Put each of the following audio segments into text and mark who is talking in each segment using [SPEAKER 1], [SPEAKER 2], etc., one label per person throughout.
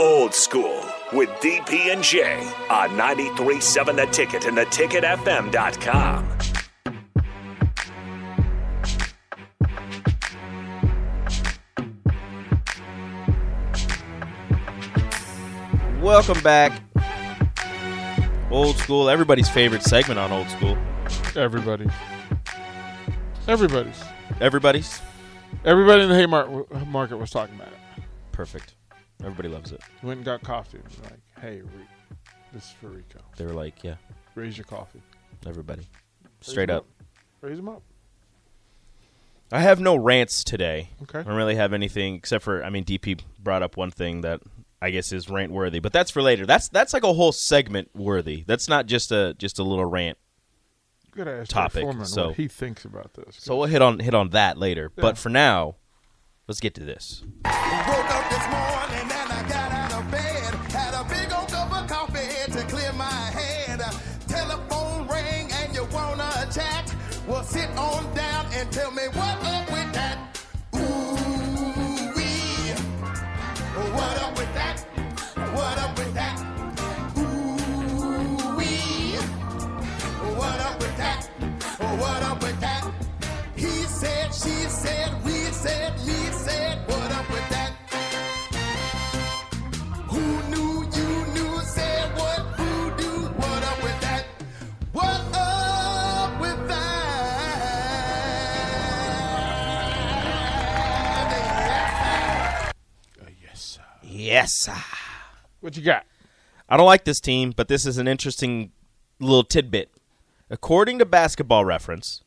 [SPEAKER 1] Old School with DP and J on 937 The Ticket and theticketfm.com.
[SPEAKER 2] Welcome back. Old school, everybody's favorite segment on old school.
[SPEAKER 3] Everybody. Everybody's.
[SPEAKER 2] Everybody's
[SPEAKER 3] Everybody in the Haymarket market was talking about it.
[SPEAKER 2] perfect. Everybody loves it.
[SPEAKER 3] Went and got coffee. And was like, hey, Re- this is for Rico.
[SPEAKER 2] They were like, yeah,
[SPEAKER 3] Raise your coffee.
[SPEAKER 2] everybody. Straight up.
[SPEAKER 3] Raise them up.
[SPEAKER 2] I have no rants today.
[SPEAKER 3] Okay.
[SPEAKER 2] I don't really have anything except for I mean DP brought up one thing that I guess is rant worthy, but that's for later. That's that's like a whole segment worthy. That's not just a just a little rant.
[SPEAKER 3] You gotta ask
[SPEAKER 2] Topic,
[SPEAKER 3] Topic, Foreman
[SPEAKER 2] so-
[SPEAKER 3] what he thinks about this.
[SPEAKER 2] So we'll hit on hit on that later.
[SPEAKER 3] Yeah.
[SPEAKER 2] But for now, let's get to this.
[SPEAKER 4] Woke up this morning and I got out of bed. Had a big old cup of coffee to clear my head. Telephone rang and you wanna chat? Well, sit on down and tell me what up with that. Ooh wee. What up with that? What up with that? Ooh wee. Oh, What up with that? Oh, What up with that? He said, she said, we said, me said, what up with that? Who knew you knew said what who do? What up with that? What up with that?
[SPEAKER 2] Yes. sir.
[SPEAKER 3] what you got?
[SPEAKER 2] I don't like this team, but this is an interesting little tidbit. According to basketball reference,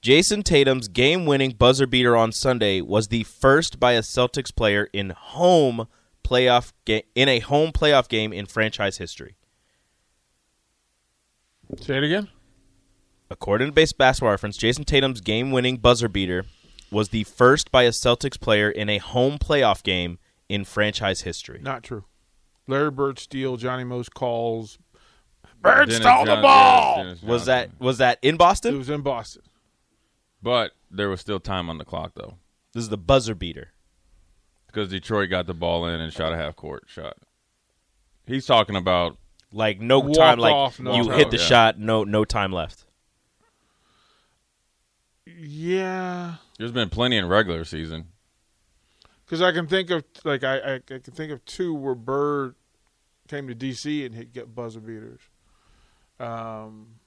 [SPEAKER 2] Jason Tatum's game winning buzzer beater on Sunday was the first by a Celtics player in home playoff ga- in a home playoff game in franchise history.
[SPEAKER 3] Say it again.
[SPEAKER 2] According to base basketball reference, Jason Tatum's game winning buzzer beater was the first by a Celtics player in a home playoff game in franchise history.
[SPEAKER 3] Not true. Larry Bird steal Johnny Mo's calls. Bird
[SPEAKER 5] Dennis
[SPEAKER 3] stole the
[SPEAKER 5] Johnson-
[SPEAKER 3] ball.
[SPEAKER 5] yeah, Dennis
[SPEAKER 2] Was that
[SPEAKER 5] Johnson.
[SPEAKER 2] was that in
[SPEAKER 3] it
[SPEAKER 2] Boston?
[SPEAKER 3] was in Boston.
[SPEAKER 5] But there was still time on the clock though,
[SPEAKER 2] This is the buzzer beater.
[SPEAKER 5] because Detroit got the ball in and shot a half court shot. He's talking about
[SPEAKER 2] Like no
[SPEAKER 3] Walk
[SPEAKER 2] time, like
[SPEAKER 3] off, no
[SPEAKER 2] you
[SPEAKER 3] time.
[SPEAKER 2] hit the
[SPEAKER 5] Yeah.
[SPEAKER 2] shot, no no time left.
[SPEAKER 3] Yeah.
[SPEAKER 5] there's been plenty in regular season.
[SPEAKER 3] Because I can think of like I, I I can think of two where Bird came to DC and hit get buzzer beaters. Um,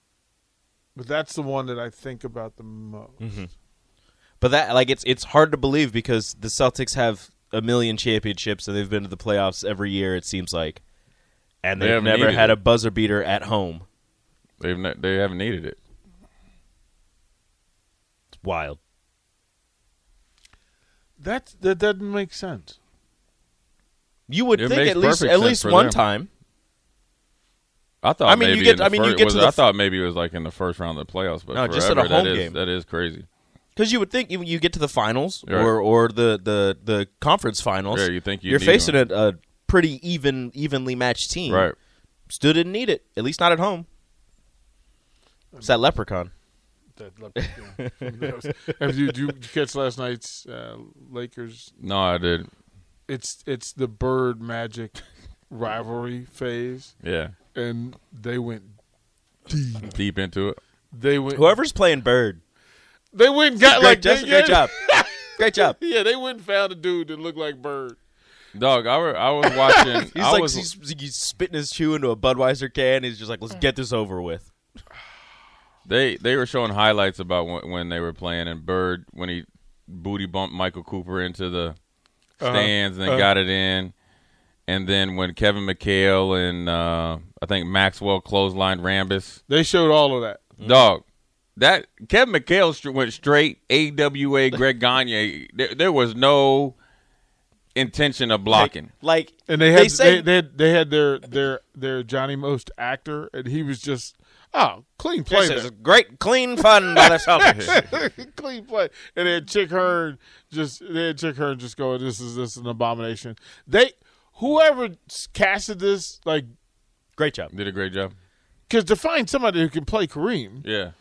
[SPEAKER 3] but that's the one that I think about the most.
[SPEAKER 2] Mm-hmm. But that like it's it's hard to believe because the Celtics have a million championships and they've been to the playoffs every year it seems like, and
[SPEAKER 5] They
[SPEAKER 2] they've
[SPEAKER 5] haven't
[SPEAKER 2] never
[SPEAKER 5] needed
[SPEAKER 2] had
[SPEAKER 5] it.
[SPEAKER 2] a buzzer beater at home.
[SPEAKER 5] They've ne- they haven't needed it.
[SPEAKER 2] It's wild.
[SPEAKER 3] That that doesn't make sense.
[SPEAKER 2] You would
[SPEAKER 5] It
[SPEAKER 2] think
[SPEAKER 5] makes
[SPEAKER 2] at least
[SPEAKER 5] perfect
[SPEAKER 2] at
[SPEAKER 5] sense
[SPEAKER 2] least
[SPEAKER 5] for
[SPEAKER 2] one
[SPEAKER 5] them.
[SPEAKER 2] time.
[SPEAKER 5] I thought.
[SPEAKER 2] I mean, you
[SPEAKER 5] maybe
[SPEAKER 2] get-
[SPEAKER 5] in the
[SPEAKER 2] I mean, you
[SPEAKER 5] fir-
[SPEAKER 2] get
[SPEAKER 5] was-
[SPEAKER 2] to the
[SPEAKER 5] I
[SPEAKER 2] f-
[SPEAKER 5] thought maybe it was like in the first round of the playoffs, but
[SPEAKER 2] No, just at a
[SPEAKER 5] forever, that
[SPEAKER 2] home
[SPEAKER 5] is-
[SPEAKER 2] game.
[SPEAKER 5] that is crazy.
[SPEAKER 2] Because you would think you, you get to the finals
[SPEAKER 5] Right.
[SPEAKER 2] or, or the, the, the conference finals.
[SPEAKER 5] Yeah, you think you'd
[SPEAKER 2] you're
[SPEAKER 5] need
[SPEAKER 2] facing a, a pretty even, evenly matched team.
[SPEAKER 5] Right.
[SPEAKER 2] Still didn't need it. At least not at home. It's that leprechaun.
[SPEAKER 3] That leopard- Have you, did you did you catch last night's uh, Lakers?
[SPEAKER 5] No, I did.
[SPEAKER 3] It's it's the bird magic rivalry phase,
[SPEAKER 5] Yeah.
[SPEAKER 3] and they went
[SPEAKER 5] Deep into it.
[SPEAKER 3] they went
[SPEAKER 2] Whoever's playing Bird,
[SPEAKER 3] they went and got
[SPEAKER 2] great,
[SPEAKER 3] like
[SPEAKER 2] Justin,
[SPEAKER 3] they,
[SPEAKER 2] great
[SPEAKER 3] yeah,
[SPEAKER 2] job, great job.
[SPEAKER 3] Yeah, they went and found a dude that looked like Bird.
[SPEAKER 5] Dog, I, were, I was watching.
[SPEAKER 2] He's
[SPEAKER 5] I
[SPEAKER 2] like
[SPEAKER 5] was,
[SPEAKER 2] he's, he's spitting his chew into a Budweiser can. He's just like, let's get this over with.
[SPEAKER 5] They they were showing highlights about when, when they were playing and Bird when he booty bumped Michael Cooper into the
[SPEAKER 2] Uh-huh.
[SPEAKER 5] stands and then got it in, and then when Kevin McHale and uh, I think Maxwell clotheslined Rambus.
[SPEAKER 3] They showed all of that.
[SPEAKER 2] Mm-hmm.
[SPEAKER 5] Dog, that Kevin McHale str- went straight AWA Greg Gagne. There, there was no intention of blocking.
[SPEAKER 2] Like,
[SPEAKER 3] And they had they,
[SPEAKER 2] say,
[SPEAKER 3] they, had they had their their their Johnny Most actor, and he was just oh clean play,
[SPEAKER 2] this is great, clean fun by the Celtics.
[SPEAKER 3] man. clean play. And then Chick Hearn just they had Chick Hearn just going, this is this is an abomination. They whoever casted this like
[SPEAKER 2] great job.
[SPEAKER 5] Did a great job.
[SPEAKER 3] because to find somebody who can play Kareem,
[SPEAKER 5] Yeah,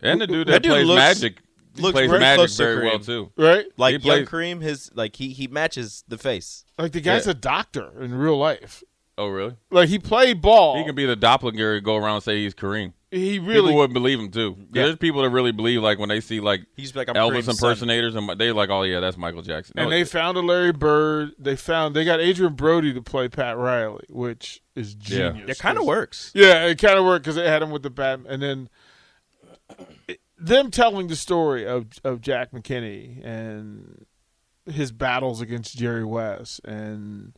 [SPEAKER 5] and the dude that,
[SPEAKER 2] That dude
[SPEAKER 5] plays
[SPEAKER 2] looks-
[SPEAKER 5] Magic
[SPEAKER 2] looks
[SPEAKER 5] plays
[SPEAKER 2] very
[SPEAKER 5] Magic
[SPEAKER 2] close to
[SPEAKER 5] very well
[SPEAKER 2] Kareem.
[SPEAKER 5] too.
[SPEAKER 3] right?
[SPEAKER 2] Like
[SPEAKER 5] He
[SPEAKER 2] young
[SPEAKER 5] plays-
[SPEAKER 2] Kareem, his like he he matches the face.
[SPEAKER 3] Like the guy's
[SPEAKER 5] Yeah.
[SPEAKER 3] a doctor in real life.
[SPEAKER 5] Oh really?
[SPEAKER 3] Like he played ball.
[SPEAKER 5] He can be the doppelganger and go around and say he's Kareem.
[SPEAKER 3] he really
[SPEAKER 5] People wouldn't believe him too.
[SPEAKER 2] Yeah.
[SPEAKER 5] There's people that really believe like when they see like
[SPEAKER 2] He's like I'm
[SPEAKER 5] Elvis
[SPEAKER 2] Kareem's son.
[SPEAKER 5] impersonators and they're like, oh yeah, that's Michael Jackson. No,
[SPEAKER 3] and they
[SPEAKER 5] it-
[SPEAKER 3] found a Larry Bird. They found they got Adrian Brody to play Pat Riley, which is
[SPEAKER 5] Yeah.
[SPEAKER 3] genius.
[SPEAKER 2] It kind of
[SPEAKER 3] 'Cause-
[SPEAKER 2] works.
[SPEAKER 3] Yeah, it kind of worked because it had him with the bat, and then it- them telling the story of of Jack McKinney and his battles against Jerry West and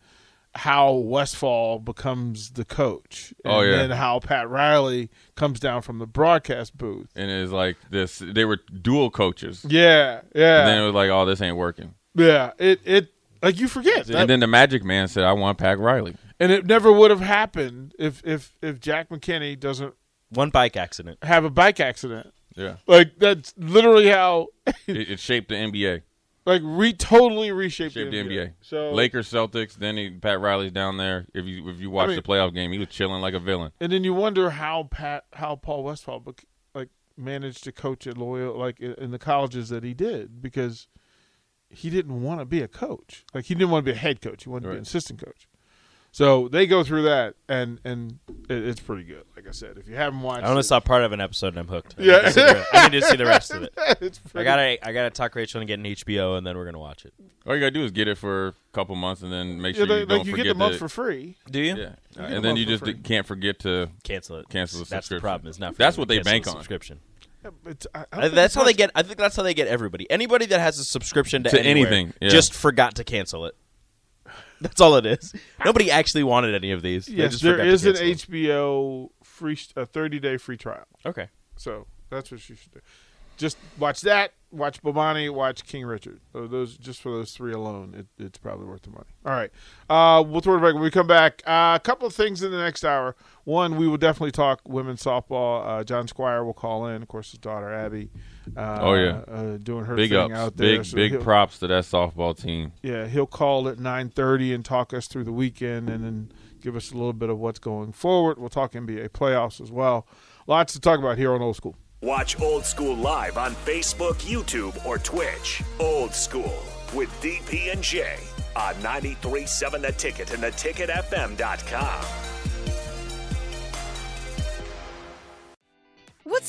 [SPEAKER 3] how Westfall becomes the coach. And
[SPEAKER 5] Oh, yeah.
[SPEAKER 3] then how Pat Riley comes down from the broadcast booth.
[SPEAKER 5] and it's like this. They were dual coaches.
[SPEAKER 3] Yeah,
[SPEAKER 5] And then
[SPEAKER 3] yeah,
[SPEAKER 5] it was like, oh, this ain't working.
[SPEAKER 3] yeah. It it like you forget. that-
[SPEAKER 5] And then the Magic Man said, I want Pac Riley.
[SPEAKER 3] and it never would have happened if if if Jack McKinney doesn't
[SPEAKER 2] One bike accident.
[SPEAKER 3] have a bike accident.
[SPEAKER 5] Yeah,
[SPEAKER 3] Like that's literally how
[SPEAKER 5] it, it shaped the NBA.
[SPEAKER 3] like re totally reshaped
[SPEAKER 5] Shaped the NBA.
[SPEAKER 3] So
[SPEAKER 5] Lakers, Celtics. Then he, Pat Riley's down there. If you if you watch
[SPEAKER 3] mean-
[SPEAKER 5] the playoff game, he was chilling like a villain.
[SPEAKER 3] and then you wonder how Pat how Paul Westphal bec- like managed to coach at Loyola like i- in the colleges that he did because he didn't want to be a coach. Like he didn't want to be a head coach. He wanted to be an
[SPEAKER 5] Right.
[SPEAKER 3] assistant coach. So they go through that and and it, it's pretty good. Like I said, if you haven't watched,
[SPEAKER 2] I only
[SPEAKER 3] it,
[SPEAKER 2] saw part of an episode and I'm hooked. I
[SPEAKER 3] Yeah.
[SPEAKER 2] need to see the re- I need to see the rest of it.
[SPEAKER 3] it's pretty
[SPEAKER 2] I gotta I gotta talk Rachel and get an HBO and then we're gonna watch it.
[SPEAKER 5] All you gotta do is get it for a couple months and then make
[SPEAKER 3] Yeah,
[SPEAKER 5] sure
[SPEAKER 3] they-
[SPEAKER 5] you don't
[SPEAKER 3] like you
[SPEAKER 5] forget
[SPEAKER 3] get the month
[SPEAKER 5] that-
[SPEAKER 3] for free.
[SPEAKER 2] Do you?
[SPEAKER 5] Yeah,
[SPEAKER 3] get a
[SPEAKER 5] and then
[SPEAKER 3] month
[SPEAKER 5] you
[SPEAKER 3] for
[SPEAKER 5] just
[SPEAKER 3] free.
[SPEAKER 5] can't forget to
[SPEAKER 2] Cancel it.
[SPEAKER 5] Cancel the
[SPEAKER 2] That's the
[SPEAKER 5] subscription.
[SPEAKER 2] problem. It's not.
[SPEAKER 5] That's
[SPEAKER 2] free.
[SPEAKER 5] what they
[SPEAKER 2] Cancel
[SPEAKER 5] bank
[SPEAKER 2] the
[SPEAKER 5] on.
[SPEAKER 2] Subscription.
[SPEAKER 3] Yeah, but It's, I, I don't
[SPEAKER 2] I-
[SPEAKER 3] think
[SPEAKER 2] Uh, That's
[SPEAKER 3] it's
[SPEAKER 2] how they
[SPEAKER 3] much-
[SPEAKER 2] get. I think that's how they get everybody. Anybody that has a subscription to,
[SPEAKER 5] To
[SPEAKER 2] anywhere
[SPEAKER 5] anything, yeah.
[SPEAKER 2] just forgot to cancel it. That's all it is. Nobody actually wanted any of these. They
[SPEAKER 3] Yes,
[SPEAKER 2] just
[SPEAKER 3] there
[SPEAKER 2] forgot to
[SPEAKER 3] is an
[SPEAKER 2] cancel them.
[SPEAKER 3] HBO free a thirty day free trial.
[SPEAKER 2] Okay.
[SPEAKER 3] So that's what you should do. Just watch that. Watch Bomani. Watch King Richard. So those just for those three alone, it, it's probably worth the money. All right, uh, we'll throw it back when we come back. Uh, a couple of things in the next hour. One, we will definitely talk women's softball. Uh, John Squire will call in, of course, his daughter Abby. Uh,
[SPEAKER 5] Oh, yeah.
[SPEAKER 3] uh, doing her
[SPEAKER 5] big
[SPEAKER 3] thing
[SPEAKER 5] ups,
[SPEAKER 3] out there.
[SPEAKER 5] big
[SPEAKER 3] So
[SPEAKER 5] big
[SPEAKER 3] he'll-
[SPEAKER 5] props to that softball team.
[SPEAKER 3] yeah, he'll call at 9:30 and talk us through the weekend and then give us a little bit of what's going forward. We'll talk NBA playoffs as well. Lots to talk about here on Old School.
[SPEAKER 1] Watch Old School live on Facebook, YouTube, or Twitch. Old School with DP and J on 937 The Ticket and theticketfm.com.
[SPEAKER 6] What's